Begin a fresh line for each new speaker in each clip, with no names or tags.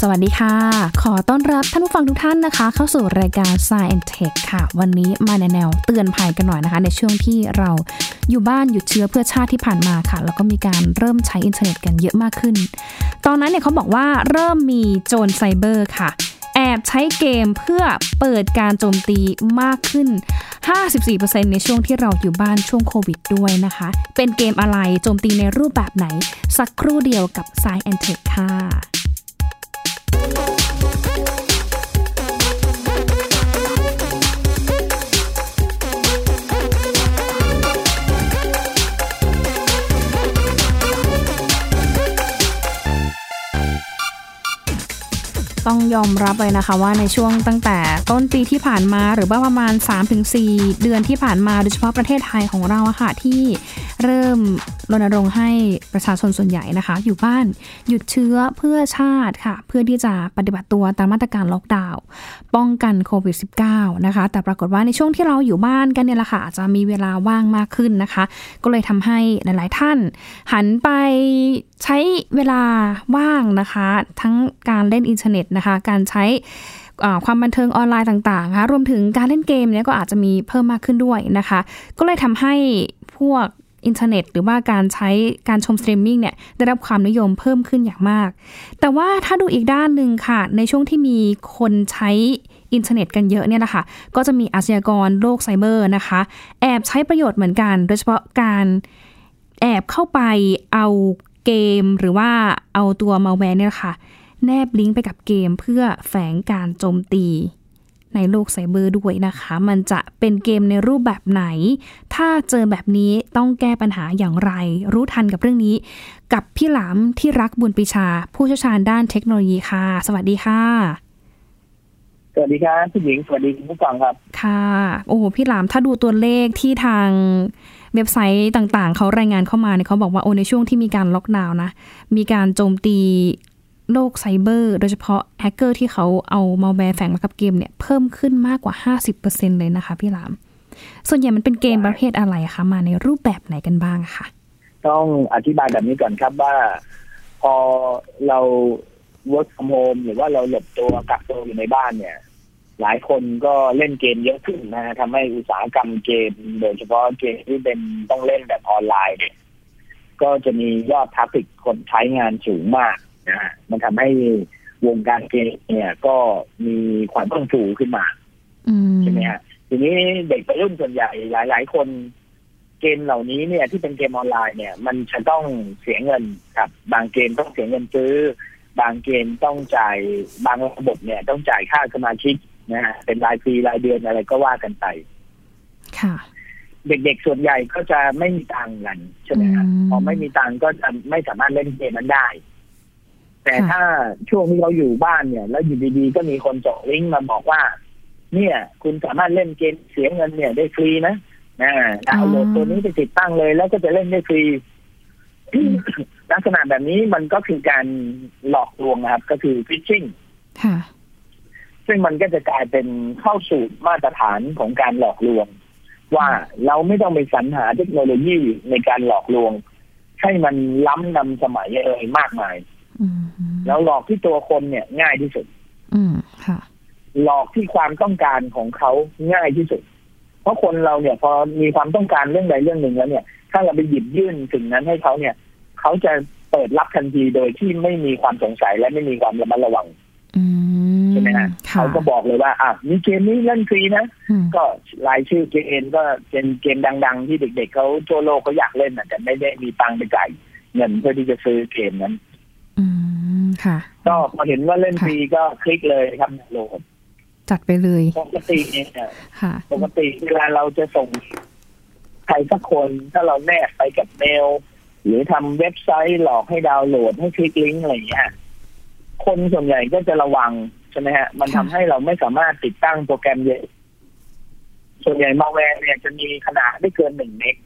สวัสดีค่ะ ขอต้อนรับท่านผู้ฟังทุกท่านนะคะ เข้าสู่รายการ Science and Tech ค่ะ วันนี้มาในแนวเตือนภัยกันหน่อยนะคะ ในช่วงที่เราอยู่บ้านหยุดเชื้อเพื่อชาติที่ผ่านมาค่ะ แล้วก็มีการเริ่มใช้อินเทอร์เน็ตกันเยอะมากขึ้น ตอนนั้นเนี่ยเขาบอกว่าเริ่มมีโจรไซเบอร์ค่ะ แอบใช้เกมเพื่อเปิดการโจมตีมากขึ้น 54%ในช่วงที่เราอยู่บ้านช่วงโควิดด้วยนะคะ เป็นเกมอะไรโจมตีในรูปแบบไหน สักครู่เดียวกับ Science and Tech ค่ะ ต้องยอมรับเลยนะคะว่าในช่วงตั้งแต่ต้นปีที่ผ่านมาหรือว่าประมาณ 3-4 เดือนที่ผ่านมาโดยเฉพาะประเทศไทยของเราอะค่ะที่เริ่มรณรงค์ให้ประชาชนส่วนใหญ่นะคะ อยู่บ้านหยุดเชื้อเพื่อชาติค่ะ เพื่อที่จะปฏิบัติตัวตามมาตรการล็อกดาวน์ป้องกันโควิด -19 นะคะ แต่ปรากฏว่าในช่วงที่เราอยู่บ้านกันเนี่ยแหละค่ะอาจจะมีเวลาว่างมากขึ้นนะคะ ก็เลยทำให้หลาย ๆ ท่าน หันไปใช้เวลาว่างนะคะ ทั้งการเล่นอินเทอร์เน็ตนะคะ การใช้เอ่อความบันเทิงออนไลน์ต่างๆนะคะรวมถึงการเล่นเกมเนี่ยก็อาจจะมีเพิ่มมากขึ้นด้วยนะคะ ก็เลยทำให้พวกอินเทอร์เน็ต หรือว่าการใช้การชมสตรีมมิ่งเนี่ยได้รับความนิยมเพิ่มขึ้นอย่างมาก แต่ว่าถ้าดูอีกด้านหนึ่งค่ะ ในช่วงที่มีคนใช้อินเทอร์เน็ตกันเยอะเนี่ยนะคะ ก็จะมีอาชญากรโลกไซเบอร์นะคะ แอบใช้ประโยชน์เหมือนกัน โดยเฉพาะการแอบเข้าไปเอาเกมหรือว่าเอาตัวมาแวร์เนี่ยค่ะ แนบลิงก์ไปกับเกมเพื่อแฝงการโจมตีในโลกไซเบอร์ด้วยนะคะ มันจะเป็นเกมในรูปแบบไหน ถ้าเจอแบบนี้ต้องแก้ปัญหาอย่างไร รู้ทันกับเรื่องนี้ กับพี่หลามที่รักบุญปรีชา ผู้เชี่ยวชาญด้านเทคโนโลยีค่ะ สวัสดีค่ะ
สวัสดีครับคุณหญิงสวัสดีคุณผู้ฟังครับ
ค่ะ โอ้โหพี่หลามถ้าดูตัวเลขที่ทางเว็บไซต์ต่างๆ เขารายงานเข้ามาเนี่ยเขาบอกว่าโอ้ในช่วงที่มีการล็อกดาวน์นะ มีการโจมตีโลกไซเบอร์ โดยเฉพาะแฮกเกอร์ที่เขาเอามาแวร์แฝงมากับเกมเนี่ยเพิ่มขึ้นมากกว่า 50%เลยนะคะพี่หลาม ส่วนใหญ่มันเป็นเกมประเภทอะไรคะมาในรูปแบบไหนกันบ้างอะคะ
ต้องอธิบายแบบนี้ก่อนครับว่า พอเรา work from home หรือว่าเราหลบตัวกักตัวอยู่ในบ้านเนี่ย หลายคนก็เล่นเกมเยอะขึ้นนะฮะทำให้อุตสาหกรรมเกม โดยเฉพาะเกมที่เป็นต้องเล่นแบบออนไลน์เนี่ยก็จะมียอดทราฟฟิกคนใช้งานสูงมากนะฮะมันทำให้วงการเกมเนี่ยก็มีความเฟื่องฟูขึ้นมา
อืม
ใช่ไหมฮะทีนี้เด็กวัยรุ่นส่วนใหญ่หลายหลาย ๆ คนเกมเหล่านี้เนี่ยที่เป็นเกมออนไลน์เนี่ย มันจะต้องเสียเงินครับ บางเกมต้องเสียเงินซื้อ บางเกมต้องจ่ายบางระบบเนี่ย ต้องจ่ายค่าสมาชิกนะฮะเป็นรายปีรายเดือนอะไรก็ว่ากันไป
ค่ะ
เด็กๆส่วนใหญ่ก็จะไม่มีตังค์กันใช่ไหมครับ
อืม
พอไม่มีตังค์ก็จะไม่สามารถเล่นเกมนั้นได้ แต่
ค่ะ
ถ้าช่วงที่เราอยู่บ้านเนี่ย แล้วอยู่ดีๆก็มีคนส่งลิงก์มาบอกว่า เนี่ย คุณสามารถเล่นเกมเสียเงินเนี่ยได้ฟรีนะนะดาวน์โหลดตัวนี้ไปติดตั้งเลย แล้วก็จะเล่นได้ฟรี ลักษณะแบบนี้มันก็คือการหลอกลวงนะครับ ก็คือฟิชชิง
ค่ะ
ซึ่งมันก็จะกลายเป็นเข้าสู่มาตรฐานของการหลอกลวง ว่าเราไม่ต้องไปสรรหาเทคโนโลยีในการหลอกลวง ให้มันล้ำนำสมัยเลยมากมาย
อืม
แล้วหลอกที่ตัวคนเนี่ยง่ายที่สุด
อืมค่ะ
หลอกที่ความต้องการของเขาง่ายที่สุด เพราะคนเราเนี่ยพอมีความต้องการเรื่องใดเรื่องหนึ่งแล้วเนี่ย ถ้าเราไปหยิบยื่นสิ่งนั้นให้เขาเนี่ย เขาจะเปิดรับทันทีโดยที่ไม่มีความสงสัยและไม่มีความระมัดระวัง
อืม
ใช่ไหมฮะ
ค่ะ
เขาก็บอกเลยว่าอ่ะมีเกมนี้เล่นฟรีนะ
อืม
ก็รายชื่อเกมก็เป็นเกมดัง ๆ ที่เด็ก ๆเขาทั่วโลกเขาอยากเล่นน่ะแต่ไม่ได้มีตังค์ไปจ่ายเงินเพื่อที่จะซื้อเกมนั้น
อืมค่ะ
ก็พอเห็นว่าเล่นฟรีก็คลิกเลยครับโหลด
จัดไปเลย
ปกติเนี่ย
ค่ะ
ปกติเวลาเราจะส่งใครสักคนถ้าเราแนบไปกับเมล หรือทำเว็บไซต์หลอกให้ดาวน์โหลดให้คลิกลิงก์อะไรอย่างเงี้ยคนส่วนใหญ่ก็จะระวังใช่ไหมฮะ มันทำให้เราไม่สามารถติดตั้งโปรแกรมเยอะส่วนใหญ่มาแวร์เนี่ยจะมีขนาดไม่เกินหนึ่งเมก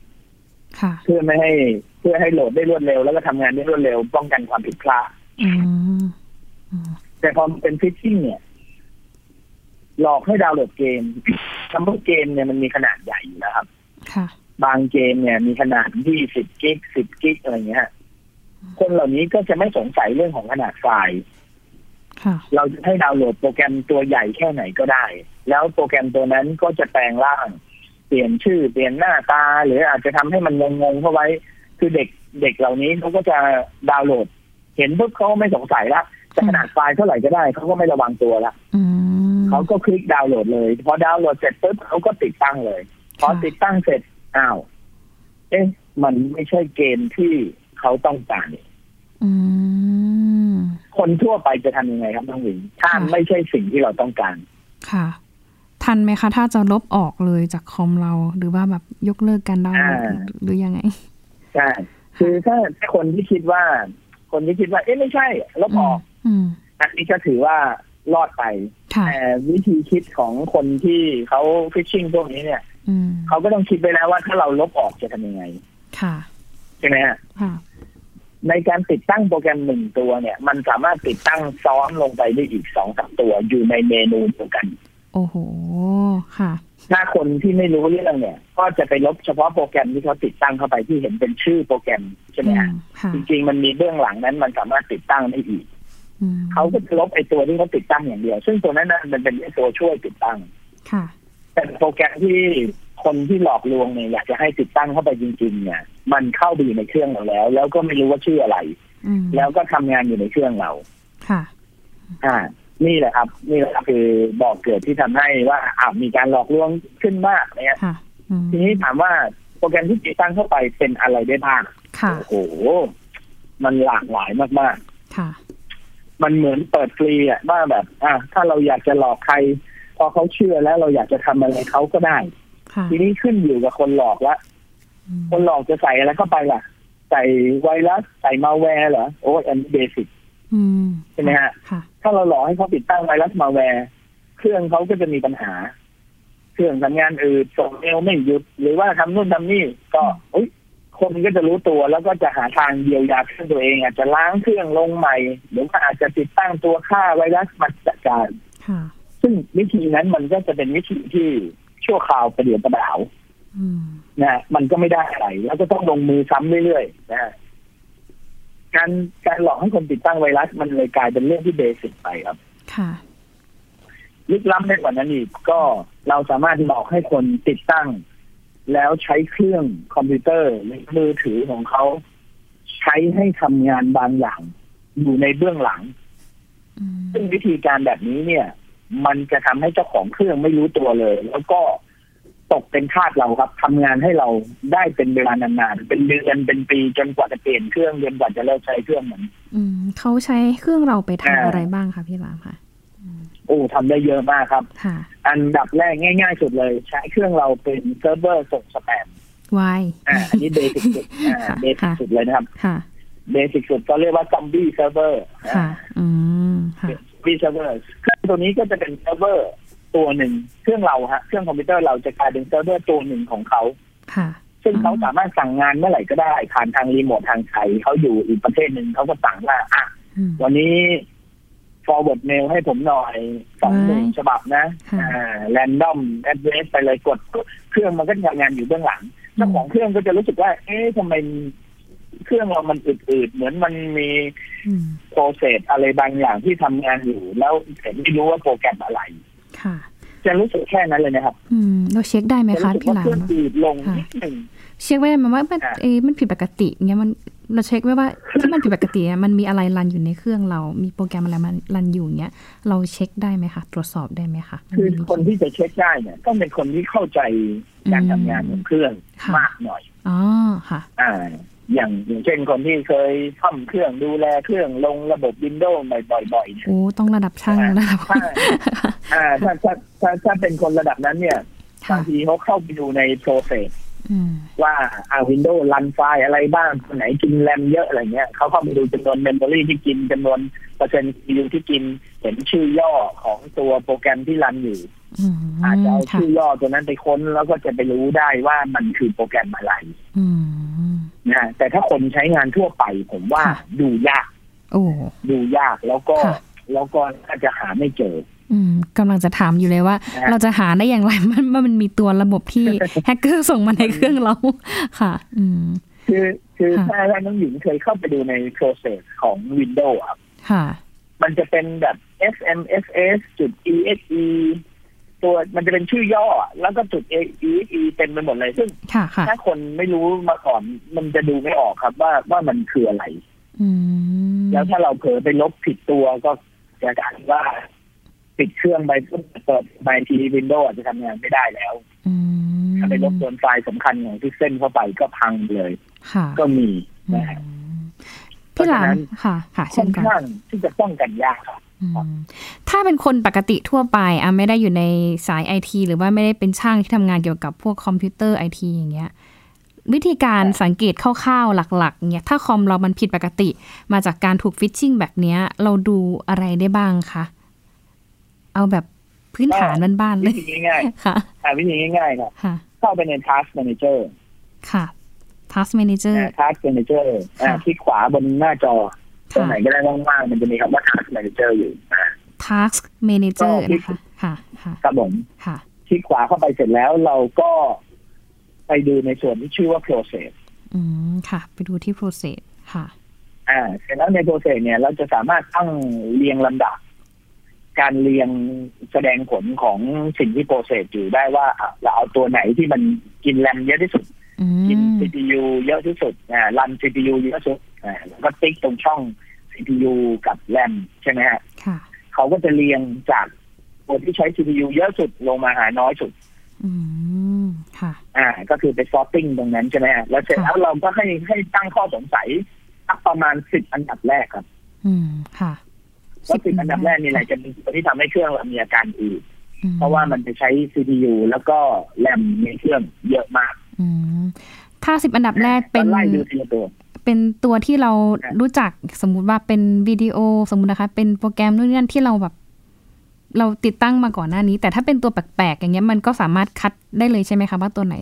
ค่ะ
เพื่อไม่ให้เพื่อให้โหลดได้รวดเร็ว แล้วก็ทำงานได้รวดเร็วป้องกันความผิดพลาด
อืมอืม
แต่พอมันเป็นฟิชชิ่งเนี่ย หลอกให้ดาวน์โหลดเกม คำว่าเกมเนี่ยมันมีขนาดใหญ่อยู่นะครับ
ค่ะ
บางเกมเนี่ยมีขนาด 20 กิก 10 กิกอะไรเงี้ยฮะคนเหล่านี้ก็จะไม่สงสัยเรื่องของขนาดไฟล์
ค่ะ
เราจะให้ดาวน์โหลดโปรแกรมตัวใหญ่แค่ไหนก็ได้ แล้วโปรแกรมตัวนั้นก็จะแปลงร่าง เปลี่ยนชื่อเปลี่ยนหน้าตา หรืออาจจะทำให้มันงงๆเข้าไว้ คือเด็กเด็กเหล่านี้เขาก็จะดาวน์โหลด เห็นปุ๊บเขาก็ไม่สงสัยละจะขนาดไฟล์เท่าไหร่ก็ได้เขาก็ไม่ระวังตัวละ
อืม
เขาก็คลิกดาวน์โหลดเลยพอดาวน์โหลดเสร็จปุ๊บเขาก็ติดตั้งเลย พอติดตั้งเสร็จอ้าวเอ๊ะมันไม่ใช่เกมที่เขาต้องการนี่
อืม
คนทั่วไปจะทำยังไงครับน้องหญิงถ้า
ค่ะ
ไม่ใช่สิ่งที่เราต้องการ
ค่ะ ทันไหมคะ ถ้าจะลบออกเลยจากคอมเราหรือว่าแบบยกเลิกการดาวน์โหลด
อ่า
หรือยังไง
ใช่คือถ้าถ้าคนที่คิดว่า คนที่คิดว่า เอ๊ะไม่ใช่ลบออก
อืม
อันนี้ก็ถือว่ารอดไป
ค่ะ
แต่วิธีคิดของคนที่เขาฟิชชิ่งพวกนี้เนี่ย
อืม
เขาก็ต้องคิดไปแล้วว่าถ้าเราลบออกจะทำยังไง
ค่ะ
ใช่ไหมฮะ
ค่ะ
ในการติดตั้งโปรแกรมหนึ่งตัวเนี่ย มันสามารถติดตั้งซ้อนลงไปได้อีกสองสามตัวอยู่ในเมนูเดียวกัน
โอ้โห ค่ะ
ถ้าคนที่ไม่รู้เรื่องเนี่ย ก็จะไปลบเฉพาะโปรแกรมที่เขาติดตั้งเข้าไปที่เห็นเป็นชื่อโปรแกรมใช่ไหม
อื
ฮะ
มค่ะ
จริงๆมันมีเบื้องหลังนั้นมันสามารถติดตั้งได้อีก
อืม
เขาก็จะลบไอ้ตัวที่เขาติดตั้งอย่างเดียว ซึ่งตัวนั้นน่ะมันเป็นไอ้ตัวช่วยติดตั้ง
ค่ะ
แต่โปรแกรมที่คนที่หลอกลวงเนี่ยอยากจะให้ติดตั้งเข้าไปจริง ๆ เนี่ย มันเข้าไปอยู่ในเครื่องเราแล้ว แล้วก็ไม่รู้ว่าชื่ออะไร
อืม
แล้วก็ทำงานอยู่ในเครื่องเรา
ค่ะ
อ่า นี่แหละครับ นี่แหละครับคือบอกเกิดที่ทำให้ว่าอ่ามีการหลอกลวงขึ้นมากเนี่ย
ค่ะอืม
ทีนี้ถามว่าโปรแกรมที่ติดตั้งเข้าไปเป็นอะไรได้บ้าง
ค่ะ
โอ้โห มันหลากหลายมาก
ค่ะ
ๆ มันเหมือนเปิดฟรีอะว่าแบบ อ่ะถ้าเราอยากจะหลอกใคร พอเขาเชื่อแล้วเราอยากจะทำอะไรเขาก็ได้
ค่ะ
ทีนี้ขึ้นอยู่กับคนหลอกละ
อืม
คนหลอกจะใส่อะไรเข้าไปล่ะ ใส่ไวรัสใส่มาแวร์เหรอโอ้ยอันนี้เบสิก
อืม
ใช่ไหมฮะ
ค่ะ
ถ้าเราหลอกให้เขาติดตั้งไวรัสมาแวร์เครื่องเขาก็จะมีปัญหา เครื่องทำงานอืดส่งเมลไม่หยุด หรือว่าทำนู่นทำนี่ก็เอ้ยคนก็จะรู้ตัวแล้วก็จะหาทางเยียวยาเครื่องตัวเอง อาจจะล้างเครื่องลงใหม่หรือว่าอาจจะติดตั้งตัวฆ่าไวรัสมาจัดการ
ค่ะ
ซึ่งวิธีนั้นมันก็จะเป็นวิธีที่ชั่วคราวประเดี๋ยวประดาว
อืม
นะฮะมันก็ไม่ได้อะไร แล้วก็ต้องลงมือซ้ำเรื่อยๆนะฮะการการหลอกให้คนติดตั้งไวรัสมันเลยกลายเป็นเรื่องที่เบสิกไปครับ
ค่ะ
ลึกล้ำไปกว่านั้นอีกก็เราสามารถหลอกให้คนติดตั้ง แล้วใช้เครื่องคอมพิวเตอร์หรือมือถือของเขา ใช้ให้ทำงานบางอย่าง อยู่ในเบื้องหลัง
อืม
ซึ่งวิธีการแบบนี้เนี่ย มันจะทำให้เจ้าของเครื่องไม่รู้ตัวเลย แล้วก็ตกเป็นทาสเราครับทำงานให้เราได้เป็นเวลานานๆเป็นเดือนเป็นปีจนกว่าจะเปลี่ยนเครื่องจนกว่าจะเลิกใช้เครื่องมัน
อืมเขาใช้เครื่องเราไป
อ่า
ทำอะไรบ้างคะพี่หลามค่ะอืม
โอ้ทำได้เยอะมากครับ
ค่ะ
อันดับแรกง่ายๆสุดเลย ใช้เครื่องเราเป็นเซิร์ฟเวอร์ส่งสแปม
วาย
อ่าอันนี้เบสิกสุดอ่า
ค่ะ
เบสิก
ค่ะ
สุดเลยนะครับ
ค่ะ
เบสิกสุดก็เรียกว่าซอมบี้เซิร์ฟเวอร์
ค่ะ อืม ค่ะ
บีเซิร์ฟเวอร์เครื่องตัวนี้ก็จะเป็นเซิร์ฟเวอร์ตัวหนึ่งเครื่องเราฮะ เครื่องคอมพิวเตอร์เราจะกลายเป็นเซิร์ฟเวอร์ตัวหนึ่งของเขา
ค่ะ
ซึ่งเขา
อืม
สามารถสั่งงานเมื่อไหร่ก็ได้ ผ่านทางรีโมททางไกลเขาอยู่อีกประเทศหนึ่งเขาก็สั่งว่าอ่ะ
อืม
วันนี้ forward mail ให้ผมหน่อยสองหมื่น
ว้าย
ฉบับนะ
ค่ะ
อ่า random address ไปเลยกด เครื่องมันก็ทำงานอยู่เบื้องหลัง เจ้าของเครื่องก็จะรู้สึกว่า เอ๊ะทำไมเครื่องเรามันอืดๆ เหมือนมันมี
อืม
โปรเซสอะไรบางอย่างที่ทำงานอยู่ แล้วแต่ไม่รู้ว่าโปรแกรมอะไร
ค่ะ
จะรู้สึกแค่นั้นเลยนะครับ
อืม เราเช็คได้ไหม
จะ
คะ
รู้สึก
พี่
ว่า
หลาม
เครื่องอืดลง
ค่ะ
นิดหนึ่ง
เช็คไว้ได้ไหมว่ามัน
อ่า
เอยมันผิดปกติเงี้ยมันเราเช็คไว้ว่า ที่มันผิดปกติอะมันมีอะไรรันอยู่ในเครื่องเรา มีโปรแกรมอะไรมันรันอยู่เงี้ย เราเช็คได้ไหมคะตรวจสอบได้ไหมคะมั
คือ
มีวิธี
คนที่จะเช็คได้เนี่ยต้องเป็นคนที่เข้าใจการทำงานของเครื่อง
ค่ะ
มากหน่อย
อ๋อค่ะ
อ่า อย่างอย่างเช่นคนที่เคยซ่อมเครื่องดูแลเครื่องลงระบบวินโดว์บ่อยๆเนี่ย
โอ้ต้องระดับช่าง
อ่า
ระ ดับ
ใช่ อ่าถ้าถ้าถ้าถ้าเป็นคนระดับนั้นเนี่ย
ค่ะ
บางทีเขาเข้าไปดูในโปรเซส
อืม
ว่าอาวินโดว์รันไฟล์อะไรบ้างคนไหนกินแรมเยอะอะไรเงี้ยเขาเข้าไปดูจำนวนเมมโมรีที่กินจำนวนเปอร์เซ็นต์ซีที่กิน เห็นชื่อย่อของตัวโปรแกรมที่รันอยู่
อืม
อาจจะเอา
ค่ะ
ชื่อย่อตัวนั้นไปค้นแล้วก็จะไปรู้ได้ว่ามันคือโปรแกรมอะไร
อืม
นะฮะแต่ถ้าคนใช้งานทั่วไปผมว่า
ค่ะ
ดูยาก
โอ้
ดูยากแล้วก็
ค่ะ
แล้วก็อาจจะหาไม่เจอ
อืมกำลังจะถามอยู่เลยว่า
นะฮะ
เราจะหาได้อย่างไรมันมันมันมีตัวระบบ ที่ แฮกเกอร์ส่งมาในเครื่องเรา ค่ะ อืม
คือคือ
ค่ะ
ถ้าน้องหญิงเคยเข้าไปดูในโปรเซสของ Windows อะ
ค่ะ
มันจะเป็นแบบ SMS จุด ESE ตัวมันจะเป็นชื่อย่ออะแล้วก็จุด AEE เต็มไปหมดเลยซึ่ง
ค่ะค่ะ
ถ้าคนไม่รู้มาก่อน มันจะดูไม่ออกครับว่าว่ามันคืออะไร
อืม
แล้วถ้าเราเผลอไปลบผิดตัวก็จะกลายเป็นว่าปิดเครื่องไปเปิดบางทีวินโดว์อาจจะทำงานไม่ได้แล้ว
อืม
ถ้าไปลบโดนไฟล์สำคัญของที่เส้นเข้าไปก็พังเลย
ค่ะ
ก็มี
อื
นะฮะ
มพี่หลา
เพราะฉะนั้
ม
น
ค่ะ ค่ะ
ค่
เช่
อน น
กัน
ข้างที่จะป้องกันยากครับ
อืมถ้าเป็นคนปกติทั่วไปอ่ะไม่ได้อยู่ในสายไอทีหรือว่าไม่ได้เป็นช่างที่ทำงานเกี่ยวกับพวกคอมพิวเตอร์ไอทีอย่างเงี้ย วิธีการสังเกตคร่าวๆหลักๆเนี่ยถ้าคอมเรามันผิดปกติ มาจากการถูกฟิชชิงแบบเนี้ย เราดูอะไรได้บ้างคะเอาแบบพื้นฐานบ้านๆเล
วิ
ย
ธีง่าย
ค่ะ
ๆอ่าวิธีง่ายๆครับ
ค่ะ
เข้าไปใน Task Manager
ค่ะ task manager
นะ Task Manager อ่า
ค่ะ
คลิกขวาบนหน้าจอตรง
ค่ะ
ไหนก็ได้ว่างๆมันจะมีคำว่า Task Manager อยู่นะ
task manager
ก็
นะคะค่ะค่ะ
ครับผม
ค่ะ
คลิกขวาเข้าไปเสร็จแล้วเราก็ไปดูในส่วนที่ชื่อว่า process
อืมค่ะ ไปดูที่ process ค่ะ
อ่า เสร็จแล้วใน process เนี่ย เราจะสามารถตั้งเรียงลำดับ การเรียงแสดงผลของสิ่งที่ process อยู่ได้ว่าอ่ะเราเอาตัวไหนที่มันกินแรมเยอะที่สุด
อื
กิน
ม
CPU เยอะที่สุดอ่ารัน CPU เยอะที่สุดอ่าแล้วก็ติ๊กตรงช่อง CPU กับแรมใช่ไหมฮะ
ค่ะ
เขาก็จะเรียงจากคนที่ใช้ CPU เยอะสุดลงมาหาน้อยสุด
อืมค่ะ
อ่าก็คือไปซอร์ติ้งตรงนั้นใช่ไหมฮะแล้วเสร็จ
ค่ะ
แล้วเราก็ให้ให้ตั้งข้อสงสัยสักประมาณสิบอันดับแรกครับ
อืมค่ะ
แล้วสิบอันดับแรกนี่แหละจะเป็นตัวที่ทำให้เครื่องเรามีอาการอืด
อื
เพราะว่ามันจะใช้ CPU แล้วก็แรมในเครื่องเยอะมาก
อืมถ้าสิบอันดับแรกเป็น
ก็ไล่ดูทีละตัว
เป็นตัวที่เรา
ครับ
รู้จักสมมุติว่าเป็นวิดีโอสมมุตินะคะ เป็นโปรแกรมนู่นนี่นั่นที่เราแบบ เราติดตั้งมาก่อนหน้านี้ แต่ถ้าเป็นตัวแปลกๆอย่างเงี้ยมันก็สามารถคัดได้เลยใช่ไหมคะว่าตัวไหน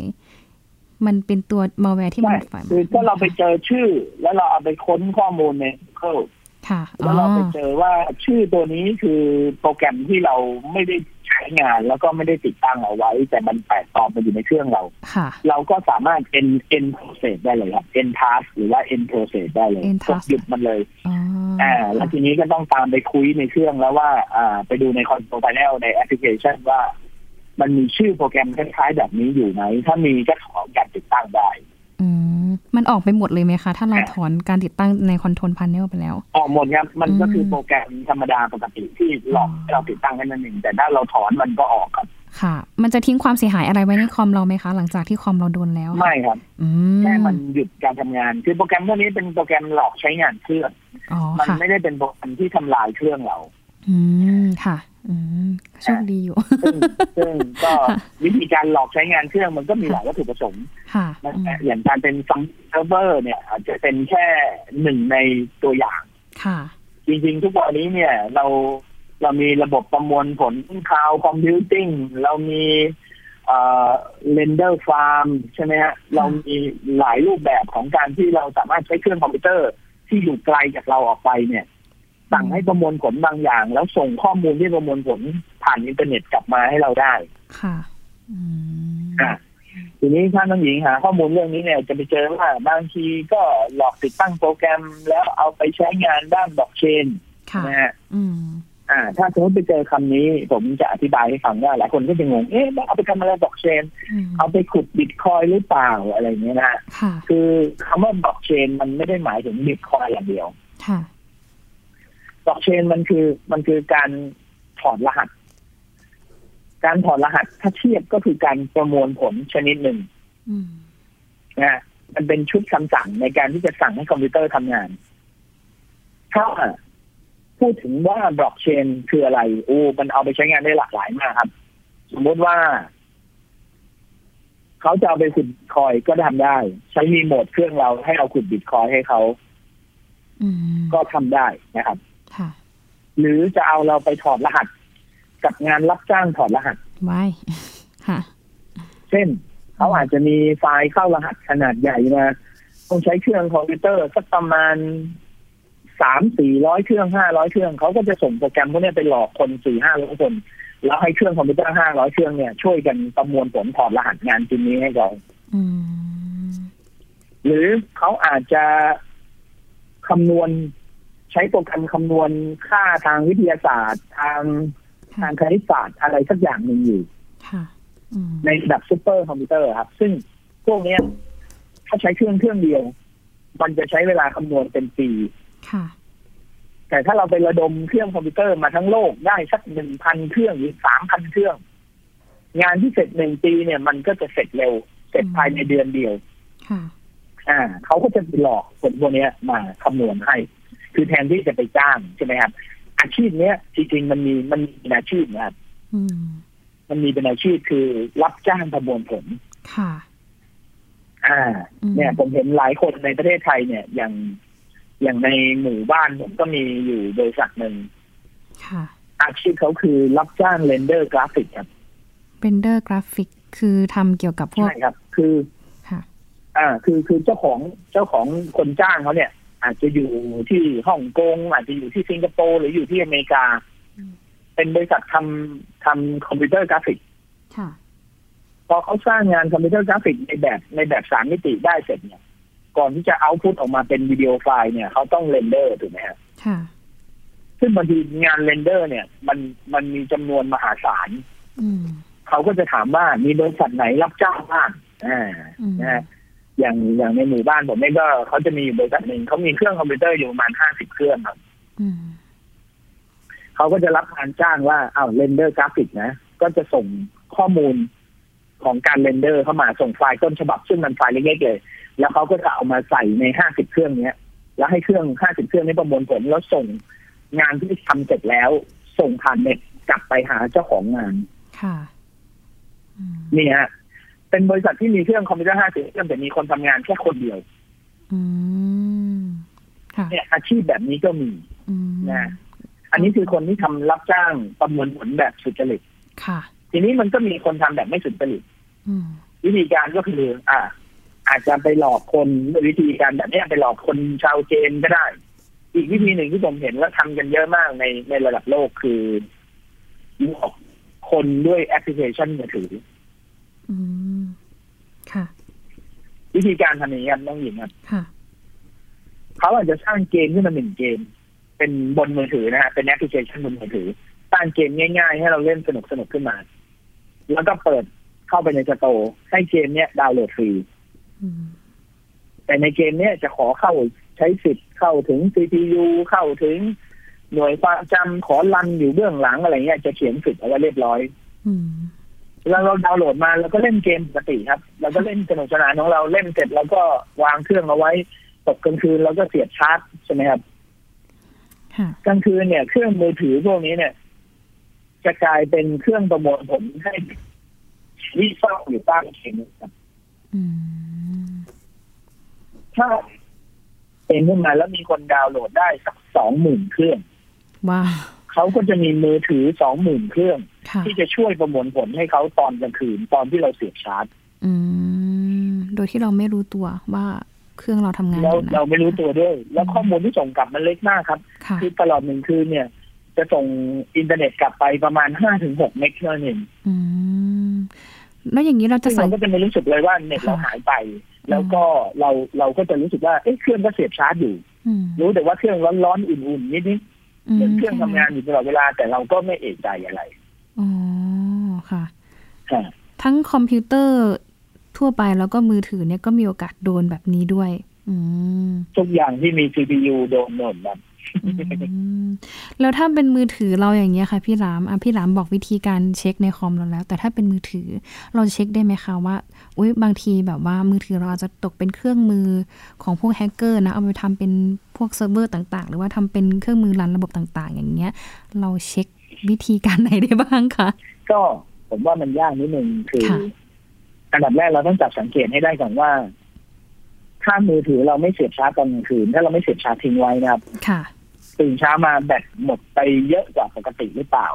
มันเป็นตัวมาแวร์ที่มั
ใช่
นฝ่าย
คือถ้าเราไปเจอชื่อ แล้วเราเอาไปค้นข้อมูลใน Google
ค่ะอ๋
แล้วเราไป
อ
เจอว่าชื่อตัวนี้คือโปรแกรมที่เราไม่ได้ใช้งาน แล้วก็ไม่ได้ติดตั้งเอาไว้ แต่มันแปะปลอมมาอยู่ในเครื่องเรา
ค่ะ
เราก็สามารถ end end process ได้เลยครับ end task หรือว่า end process ได้เลย
end
ก
task
ดหยุดมันเลย
อ๋ออ
อ่าแล้วทีนี้ก็ต้องตามไปคุยในเครื่องแล้วว่า อ่า ไปดูในคอนโซล a n e l ในแอปพลิเคชันว่า มันมีชื่อโปรแกรมคล้ายๆแบบนี้อยู่ไหม ถ้ามีก็ขอการติดตั้งได้
อืมมันออกไปหมดเลยไหมคะถ้าเรา
อ่า
ถอนการติดตั้งในคอนโทรลพาเนลไปแล้ว
ออกหมดครับ มันก็คือ
ม
โปรแกรมธรรมดาปกติที่หลอกให้เราติดตั้งแค่นั้นเองแต่ถ้าเราถอนมันก็ออกครับ
ค่ะ มันจะทิ้งความเสียหายอะไรไว้ในคอมเราไหมคะ หลังจากที่คอมเราโดนแล้ว
ไม่ครับ
อืม
แค่มันหยุดการทำงาน คือโปรแกรมพวกนี้เป็นโปรแกรมหลอกใช้งานเครื่อง
อ๋อ
มัน
ค่ะ
ไม่ได้เป็นโปรแกรมที่ทำลายเครื่องเรา
อืมค่ะ อืมโชคดีอยู่
ซึ่งซึ่งก็วิธีการหลอกใช้งานเครื่องมันก็มีหลายวัตถุประสงค์
ค่ะ
นะ
อืม
ฮะอย่างการเป็นซัมเซอร์เวอร์เนี่ย อาจจะเป็นแค่หนึ่งในตัวอย่าง
ค่ะ
จริงๆ ทุกวันนี้เนี่ย เราเรามีระบบประมวลผลคลาวคอมพิวติ้งเรามีเอ่อเรนเดอร์ฟาร์มใช่ไหมฮะเรามีหลายรูปแบบของการที่เราสามารถใช้เครื่องคอมพิวเตอร์ที่อยู่ไกลจากเราออกไปเนี่ย สั่งให้ประมวลผลบางอย่าง แล้วส่งข้อมูลที่ประมวลผลผ่านอินเทอร์เน็ตกลับมาให้เราได้
ค่ะ อืม
อ่ะทีนี้ท่านน้องหญิงหาข้อมูลเรื่องนี้เนี่ยจะไปเจอว่าบางทีก็หลอกติดตั้งโปรแกรมแล้วเอาไปใช้งานด้านบล็อกเชน
ค่ะ
นะฮะ
อืม
อ่า ถ้าสมมติไปเจอคำนี้ ผมจะอธิบายให้ฟังว่าหลายคนก็จะงงเอ๊ะแล้วเอาไปทำอะไรบล็อกเชน
อืม
เอาไปขุดบิตคอยหรือเปล่าอะไรอย่างเงี้ยนะฮะ
ค่ะ
คือคำว่าบล็อกเชนมันไม่ได้หมายถึงบิตคอยอย่างเดียว
ค่ะ
บล็อกเชนมันคือมันคือการถอดรหัส การถอดรหัสถ้าเทียบก็คือการประมวลผลชนิดหนึ่ง
อืม
นะมันเป็นชุดคำสั่งในการที่จะสั่งให้คอมพิวเตอร์ทำงาน ถ้าพูดถึงว่าบล็อกเชนคืออะไรโอ้มันเอาไปใช้งานได้หลากหลายมากครับ สมมติว่า เขาจะเอาไปขุดบิตคอยน์ก็ทำได้ ใช้รีโมทเครื่องเราให้เราขุดบิตคอยน์ให้เขา
อืม
ก็ทำได้นะครับ
ค่ะ
หรือจะเอาเราไปถอดรหัส กับงานรับจ้างถอดรหัส
ไว้ ค่ะ
เช่น เขาอาจจะมีไฟล์เข้ารหัสขนาดใหญ่มาต้องใช้เครื่องคอมพิวเตอร์สักประมาณสามสี่ร้อยเครื่องห้าร้อยเครื่อง เขาก็จะส่งโปรแกรมพวกเนี้ยไปหลอกคนสี่ห้าร้อยคน แล้วให้เครื่องคอมพิวเตอร์ห้าร้อยเครื่องเนี่ยช่วยกันประมวลผลถอดรหัสงานชิ้นนี้ให้เรา
อืม
หรือเขาอาจจะคำนวณ ใช้โปรแกรมคำนวณค่าทางวิทยาศาสตร์ ทางทางคณิตศาสตร์อะไรสักอย่างหนึ่งอยู่
ค่ะอืม
ในระดับซูเปอร์คอมพิวเตอร์ครับ ซึ่งพวกเนี้ยถ้าใช้เครื่องเครื่องเดียว มันจะใช้เวลาคำนวณเป็นปี
ค่ะ
แต่ถ้าเราไประดมเครื่องคอมพิวเตอร์มาทั้งโลกได้สักหนึ่งพันเครื่องหรือสามพันเครื่อง งานที่เสร็จหนึ่งปีเนี่ย มันก็จะเสร็จเร็ว เสร็จภายในเดือนเดียว
ค่ะ
อ่าเขาก็จะหลอกคนพวกเนี้ยมาคำนวณให้ คือแทนที่จะไปจ้างใช่ไหมครับอาชีพเนี้ยจริงๆมันมีมันมีเป็นอาชีพนะครับ
อืม
มันมีเป็นอาชีพคือรับจ้างประมวลผล
ค่ะ
อ่า
อืม
เนี่ยผมเห็นหลายคนในประเทศไทยเนี่ย อย่างอย่างในหมู่บ้านผมก็มีอยู่บริษัทหนึ่ง
ค่ะ
อาชีพเขาคือรับจ้างเรนเดอร์กราฟิกครับ
render graphic คือทำเกี่ยวกับพวก
ใช่ครับ คือ
ค่ะ
อ่า คือคือเจ้าของเจ้าของคนจ้างเขาเนี่ย อาจจะอยู่ที่ฮ่องกงอาจจะอยู่ที่สิงคโปร์หรืออยู่ที่อเมริกา
อืม
เป็นบริษัททำทำคอมพิวเตอร์กราฟิก
ค่ะ
พอเขาสร้างงานคอมพิวเตอร์กราฟิกในแบบในแบบสามมิติได้เสร็จเนี่ย ก่อนที่จะเอาพุตออกมาเป็นวิดีโอไฟล์เนี่ยเขาต้องเรนเดอร์ถูกไหมฮะ
ค่ะ
ซึ่งบางทีงานเรนเดอร์เนี่ย มันมันมีจำนวนมหาศาล
อืม
เขาก็จะถามว่ามีบริษัทไหนรับจ้างบ้างอ่า
อืม
นะฮะอย่างอย่างในหมู่บ้านผมเนี่ยก็เขาจะมีอยู่บริษัทหนึ่งเขามีเครื่องคอมพิวเตอร์อยู่ประมาณห้าสิบเครื่องครับ
อืม
เขาก็จะรับงานจ้างว่าอ้าวเรนเดอร์กราฟิกนะ ก็จะส่งข้อมูลของการเรนเดอร์เข้ามาส่งไฟล์ต้นฉบับซึ่งมันไฟล์เล็กๆเลย แล้วเขาก็จะเอามาใส่ในห้าสิบเครื่องเนี้ย แล้วให้เครื่องห้าสิบเครื่องนี้ประมวลผลแล้วส่งงานที่ทำเสร็จแล้ว ส่งผ่านเน็ตกลับไปหาเจ้าของงาน
ค่ะ อืม
นี่ฮะเป็นบริษัทที่มีเครื่องคอมพิวเตอร์ห้าสิบเครื่องแต่มีคนทำงานแค่คนเดียว
อืม ค่ะ
เนี่ยอาชีพแบบนี้ก็มี
อืม
นะ อันนี้คือคนที่ทำรับจ้างประมวลผลแบบสุจริต
ค่ะ
ทีนี้มันก็มีคนทำแบบไม่สุจริต
อืม
วิธีการก็คือ อ่า อาจจะไปหลอกคนวิธีการแบบเนี้ยไปหลอกคนชาวเจนก็ได้ อีกวิธีหนึ่งที่ผมเห็นว่าทำกันเยอะมากในในระดับโลกคือหลอกคนด้วยแอปพลิเคชันมือถือ
อืม ค่ะ
วิธีการทำอย่างนี้ครับน้องหญิงครับ
ค่ะ
เขาอาจจะสร้างเกมขึ้นมาหนึ่งเกม เป็นบนมือถือนะฮะเป็นแอปพลิเคชันบนมือถือสร้างเกมง่าย ๆ ให้เราเล่นสนุกสนุกๆขึ้นมา แล้วก็เปิดเข้าไปในสโตร์ให้เกมเนี้ยดาวน์โหลดฟรี
อืม
แต่ในเกมเนี้ยจะขอเข้าใช้สิทธิ์เข้าถึง CPU เข้าถึงหน่วยความจำขอรันอยู่เบื้องหลังอะไรเงี้ยจะเขียนสิทธิ์เอาไว้เรียบร้อย
อืม
แล้วเราดาวน์โหลดมาแล้วก็เล่นเกมปกติครับเราก็เล่นสนุกสนานของเราเล่นเสร็จแล้วก็วางเครื่องเอาไว้ตกกลางคืนแล้วก็เสียบชาร์จใช่ไหมครับ
ค่ะ
กลางคืนเนี่ยเครื่องมือถือพวกนี้เนี่ย จะกลายเป็นเครื่องประมวลผลให้วิเศร้าอยู่ใต้เข็มครับ
อืม
ถ้าเป็นขึ้นมาแล้วมีคนดาวน์โหลดได้สักสองหมื่นเครื่อง
ว้าว
เขาก็จะมีมือถือสองหมื่นเครื่อง
ค่ะ
ที่จะช่วยประมวลผลให้เขาตอนกลางคืนตอนที่เราเสียบชาร์จ
อืม โดยที่เราไม่รู้ตัวว่าเครื่องเราทำงานอ
แล้ว
ยู่นะ
เราไม่รู้ตัวด้วย แล้วข้อมูลที่ส่งกลับมันเล็กมากครับ
ค่ะ
คือตลอดหนึ่งคืนเนี่ย จะส่งอินเทอร์เน็ตกลับไปประมาณห้าถึงหกเมกเท่านั้นเอง
อืม แล้วอย่างนี้เราจะ
ซึ่ง
สั
เรา
ง
ก็จะไม่รู้สึกเลยว่าเน็ตเราหายไป แล้วก็เราเราก็จะรู้สึกว่าเอ๊ะเครื่องก็เสียบชาร์จอยู่
อืม
รู้แต่ว่าเครื่องร้อนๆอุ่นๆนิดๆเหมือนเครื่องทำงานอยู่ตลอดเวลาแต่เราก็ไม่เอะใจอะไร
อ๋อ ค่ะ
ฮะ
ทั้งคอมพิวเตอร์ทั่วไปแล้วก็มือถือเนี่ยก็มีโอกาสโดนแบบนี้ด้วย อืม
ทุกอย่างที่มี CPU โดนหมดแบบ
อืม แล้วถ้าเป็นมือถือเราอย่างเงี้ยค่ะ พี่หลามอ่ะพี่หลามบอกวิธีการเช็คในคอมเราแล้ว แต่ถ้าเป็นมือถือเราเช็คได้ไหมคะว่าอุ้ยบางทีแบบว่ามือถือเราอาจจะตกเป็นเครื่องมือของพวกแฮกเกอร์นะเอาไปทำเป็นพวกเซิร์ฟเวอร์ต่าง ๆ หรือว่าทำเป็นเครื่องมือรันระบบต่าง ๆ อย่างเงี้ย เราเช็ควิธีการไหนได้บ้างคะ
ก็ผมว่ามันยากนิดนึงคือ
ค่ะ
อันดับแรกเราต้องจับสังเกตให้ได้ก่อนว่า ถ้ามือถือเราไม่เสียบชาร์จตอนกลางคืน ถ้าเราไม่เสียบชาร์จทิ้งไว้นะครับ
ค่ะ
ตื่นเช้ามาแบตหมดไปเยอะกว่าปกติหรือเปล่า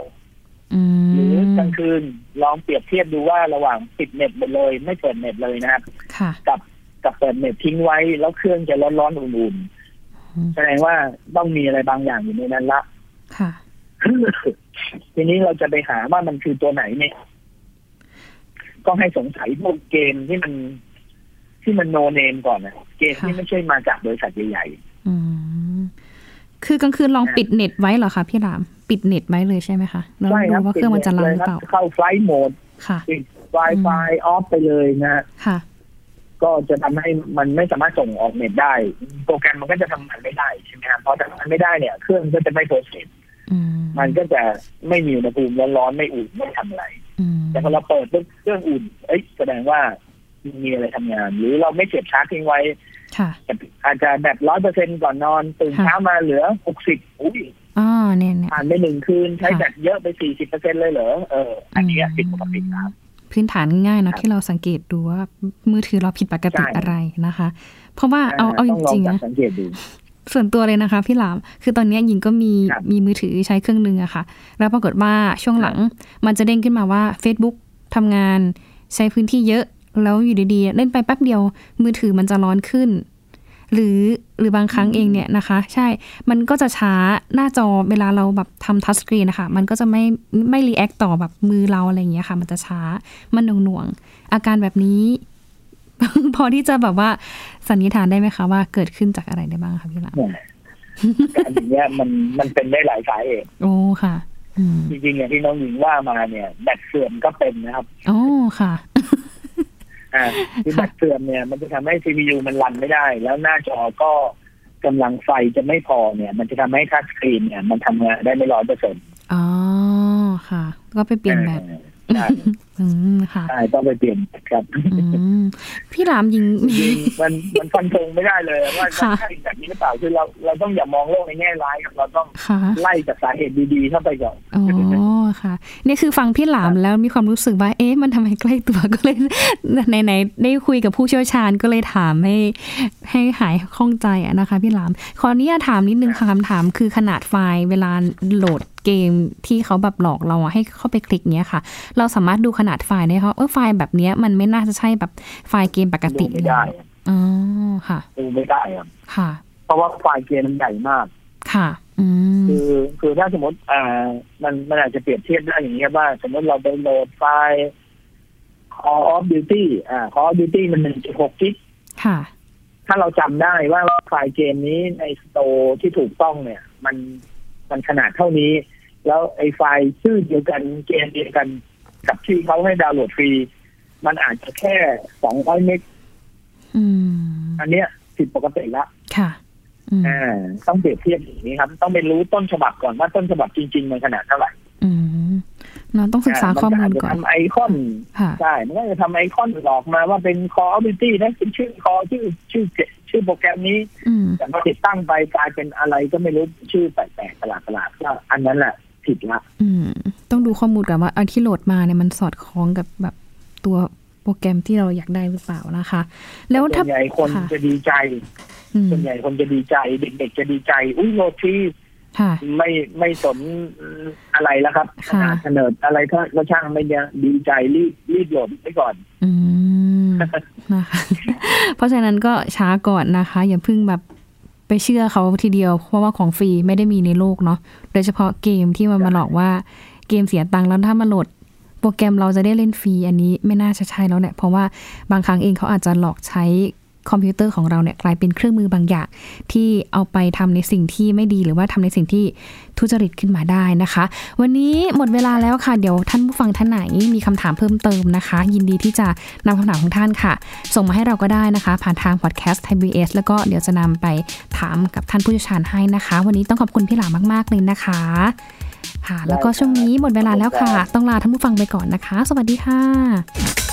อืม
หรือกลางคืนลองเปรียบเทียบดูว่าระหว่างปิดเน็ตไปเลย ไม่เปิดเน็ตเลยนะครับ
ค่ะ
กับกับเปิดเน็ตทิ้งไว้ แล้วเครื่องจะร้อนๆอุ่น
อืม
ๆแสดงว่าต้องมีอะไรบางอย่างอยู่ในนั้นละ
ค่ะ
ทีนี้เราจะไปหาว่ามันคือตัวไหนเนี่ย ก็ให้สงสัยพวกเกมที่มันที่มันโนเนมก่อนนะเกมที่
ค่ะ
ไม่ใช่มาจากบริษัทใหญ่
อืม คือกลางคืนลองปิดเน็ตไว้เหรอคะพี่ราม ปิดเน็ตไว้เลยใช่ไหมคะแล้ว
ใช่ค
ดู
รับ
ว่าเครื่องมันจะรันหรือเปล่า
ปิดน็ตยคบเข้าไฟล์โหมด
ค่ะ
ปิด Wi-Fi ออฟไปเลยนะ
ค่ะ
ก็จะทำให้มันไม่สามารถส่งออกเน็ตได้ โปรแกรมมันก็จะทำงานไม่ได้ใช่ไหมครับพอทำงานไม่ได้เนี่ยเครื่องก็จะไม่โปรเซส
อืม
มันก็จะไม่มีอุณหภูมิร้อนๆไม่อุ่นไม่ทำอะไร
อืม
แต่พอเราเปิดปุ๊บเครื่องอุ่น เอ้ยแสดงว่ามีอะไรทำงาน หรือเราไม่เสียบชาร์จทิ้งไว้
ค่ะ
อาจจะแบบร้อยเปอร์เซ็นก่อนนอนตื่น
ค่ะ
เช้ามาเหลือหกสิบอุ้ย
อ่าเนี่ยเนี่ย
ผ่านไปหนึ่งคืนใช้แบตเยอะไปสี่สิบเปอร์เซ็นเลยเหรอเอออันนี้ผิดปกติครับ
พื้นฐานง่ายๆเนอะ
ครับ
ที่เราสังเกตดูว่ามือถือเราผิดปกติ
ใช่
อะไรนะคะ เพราะว่าเอาเอาจ
ต้องลอง
ริงๆ
จับ
นะ
สังเกตดู
ส่วนตัวเลยนะคะพี่หลาม คือตอนเนี้ยหญิงก็มี
ครับ
มีมือถือใช้เครื่องหนึงอะค่ะ แล้วปรากฏว่าช่วงหลังมันจะเด้งขึ้นมาว่า Facebook ทำงานใช้พื้นที่เยอะ แล้วอยู่ดีๆ เล่นไปแป๊บเดียว มือถือมันจะร้อนขึ้น หรือหรือบางครั้ง
อืม
เองเนี่ยนะคะ ใช่ มันก็จะช้าหน้าจอเวลาเราแบบทำทัชสกรีนนะคะมันก็จะไม่ไม่รีแอคต่อแบบมือเราอะไรอย่างเงี้ยค่ะ มันจะช้ามันหน่วงหน่วงๆอาการแบบนี้ พอที่จะแบบว่าสันนิษฐานได้ไหมคะว่าเกิดขึ้นจากอะไรได้บ้างคะพี่หลาม
การอย่างเงี้ยมันมันเป็นได้หลายสาเหตุ
โอ้ค่ะ อืม
จริงๆอย่างที่น้องหญิงว่ามาเนี่ยแบตเสื่อมก็เป็นนะครับ
โอ้ค่ะ
อ่าคือแบตเสื่อมเนี่ยมันจะทำให้ CPU มันรันไม่ได้ แล้วหน้าจอก็กำลังไฟจะไม่พอเนี่ย มันจะทำให้ทัชสกรีนเนี่ยมันทำงานได้ไม่ร้อยเปอร์เซ็นต์
อ๋อ ค่ะ ก็ไปเปลี่ยนแบบ
ใช่
อืม ค่ะ
ใช่ต้องไปเปลี่ยนครับ
อืม พี่หลามยิง
จริงๆมันมันฟันธงไม่ได้เลยว่า
ค่ะ
ใช่แบบนี้หรือเปล่าคือเราเราต้องอย่ามองโลกในแง่ร้ายครับเราต้อง
ค่ะ
ไล่จากสาเหตุดีๆเข้าไปก่อน
อ๋อ ค่ะ นี่คือฟังพี่หลามแล้วมีความรู้สึกว่า เอ๊ะ มันทำไมใกล้ตัว ก็เลย ไหนๆได้คุยกับผู้เชี่ยวชาญก็เลยถามให้ให้หายข้องใจอะนะคะ พี่หลาม ขออนุญาตถามนิดนึงค่ะคำถามคือขนาดไฟล์เวลาโหลดเกมที่เขาแบบหลอกเราอะให้เข้าไปคลิกเนี้ยค่ะ เราสามารถดูขนาดไฟล์ได้ไหมคะเออไฟล์แบบเนี้ยมันไม่น่าจะใช่แบบไฟล์เกมปกติ
ดูไม่ได้
อ๋อ ค่ะ
ดูไม่ได้ครับ
ค่ะ
เพราะว่าไฟล์เกมมันใหญ่มาก
ค่ะ อืม
คือคือถ้าสมมติอ่ามันมันอาจจะเปรียบเทียบได้อย่างนี้ยว่าสมมติเราไปโหลดไฟล์ Call of Duty อ่า Call of Duty มันหนึ่งจุดหกกิก
ค่ะ
ถ้าเราจำได้ว่าไฟล์เกมนี้ในสโตร์ที่ถูกต้องเนี่ย มันมันขนาดเท่านี้ แล้วไอ้ไฟล์ชื่อเดียวกันเกมเดียวกันกับที่เขาให้ดาวน์โหลดฟรี มันอาจจะแค่สองร้อยเมก
อืม
อันเนี้ยผิดปกติละ
ค่ะ อืม
อ่า ต้องเปรียบเทียบอย่างนี้ครับ ต้องไปรู้ต้นฉบับก่อนว่าต้นฉบับจริง ๆ มันขนาดเท่าไหร่
อืมเนาะต้องศึกษาข้อมูลก่อน
นจะจจะทำไอคอน
ค่ะ
ใช่มันก็จะทำไอคอนหลอกมาว่าเป็น Call of Duty นะเป็นชื่อ Call ชื่อชื่อชื่อโปรแกรมนี้
อืม
แต่พอติดตั้งไปกลายเป็นอะไรก็ไม่รู้ชื่อแปลกๆประหลาดๆก็อันนั้นแหละผิดละ
อืม ต้องดูข้อมูลก่อนว่าอันที่โหลดมาเนี่ยมันสอดคล้องกับแบบตัวโปรแกรมที่เราอยากได้หรือเปล่านะคะ แล้ว
ส่
ถ้า
วนใหญ่คน
ค่ะ
จะดีใจ
อืม
ส่วนใหญ่คนจะดีใจเด็กๆจะดีใจ อุ้ยโลที
ค่ะ
ไม่ไม่สนอะไรแล้วครับข
ค่ะ
นาดเสนออะไรก็ก็ช่างไม่เนี่ยดีใจรีบรีบโหลดไปก่อน
อืม นะคะ เพราะฉะนั้นก็ช้าก่อนนะคะ อย่าเพิ่งแบบไปเชื่อเขาทีเดียว เพราะว่าของฟรีไม่ได้มีในโลกเนาะ โดยเฉพาะเกมที่มันมาหลอกว่าเกมเสียตังค์แล้วถ้ามาโหลด โปรแกรมเราจะได้เล่นฟรีอันนี้ไม่น่าจะใช่แล้วเนี่ยเพราะว่าบางครั้งเองเขาอาจจะหลอกใช้คอมพิวเตอร์ของเราเนี่ยกลายเป็นเครื่องมือบางอย่าง ที่เอาไปทำในสิ่งที่ไม่ดีหรือว่าทำในสิ่งที่ทุจริตขึ้นมาได้นะคะ วันนี้หมดเวลาแล้วค่ะ เดี๋ยวท่านผู้ฟังท่านไหนมีคำถามเพิ่มเติมนะคะ ยินดีที่จะนำคำถามของท่านค่ะ ส่งมาให้เราก็ได้นะคะ ผ่านทางพอดแคสต์ไทยบีเอสแล้วก็เดี๋ยวจะนำไปถามกับท่านผู้เชี่ยวชาญให้นะคะ วันนี้ต้องขอบคุณพี่หลามมาก ๆเลยนะคะค่ะแล้วก็ช่วงนี้หมดเวลาแล้วค่ะ ต้องลาท่านผู้ฟังไปก่อนนะคะ สวัสดีค่ะ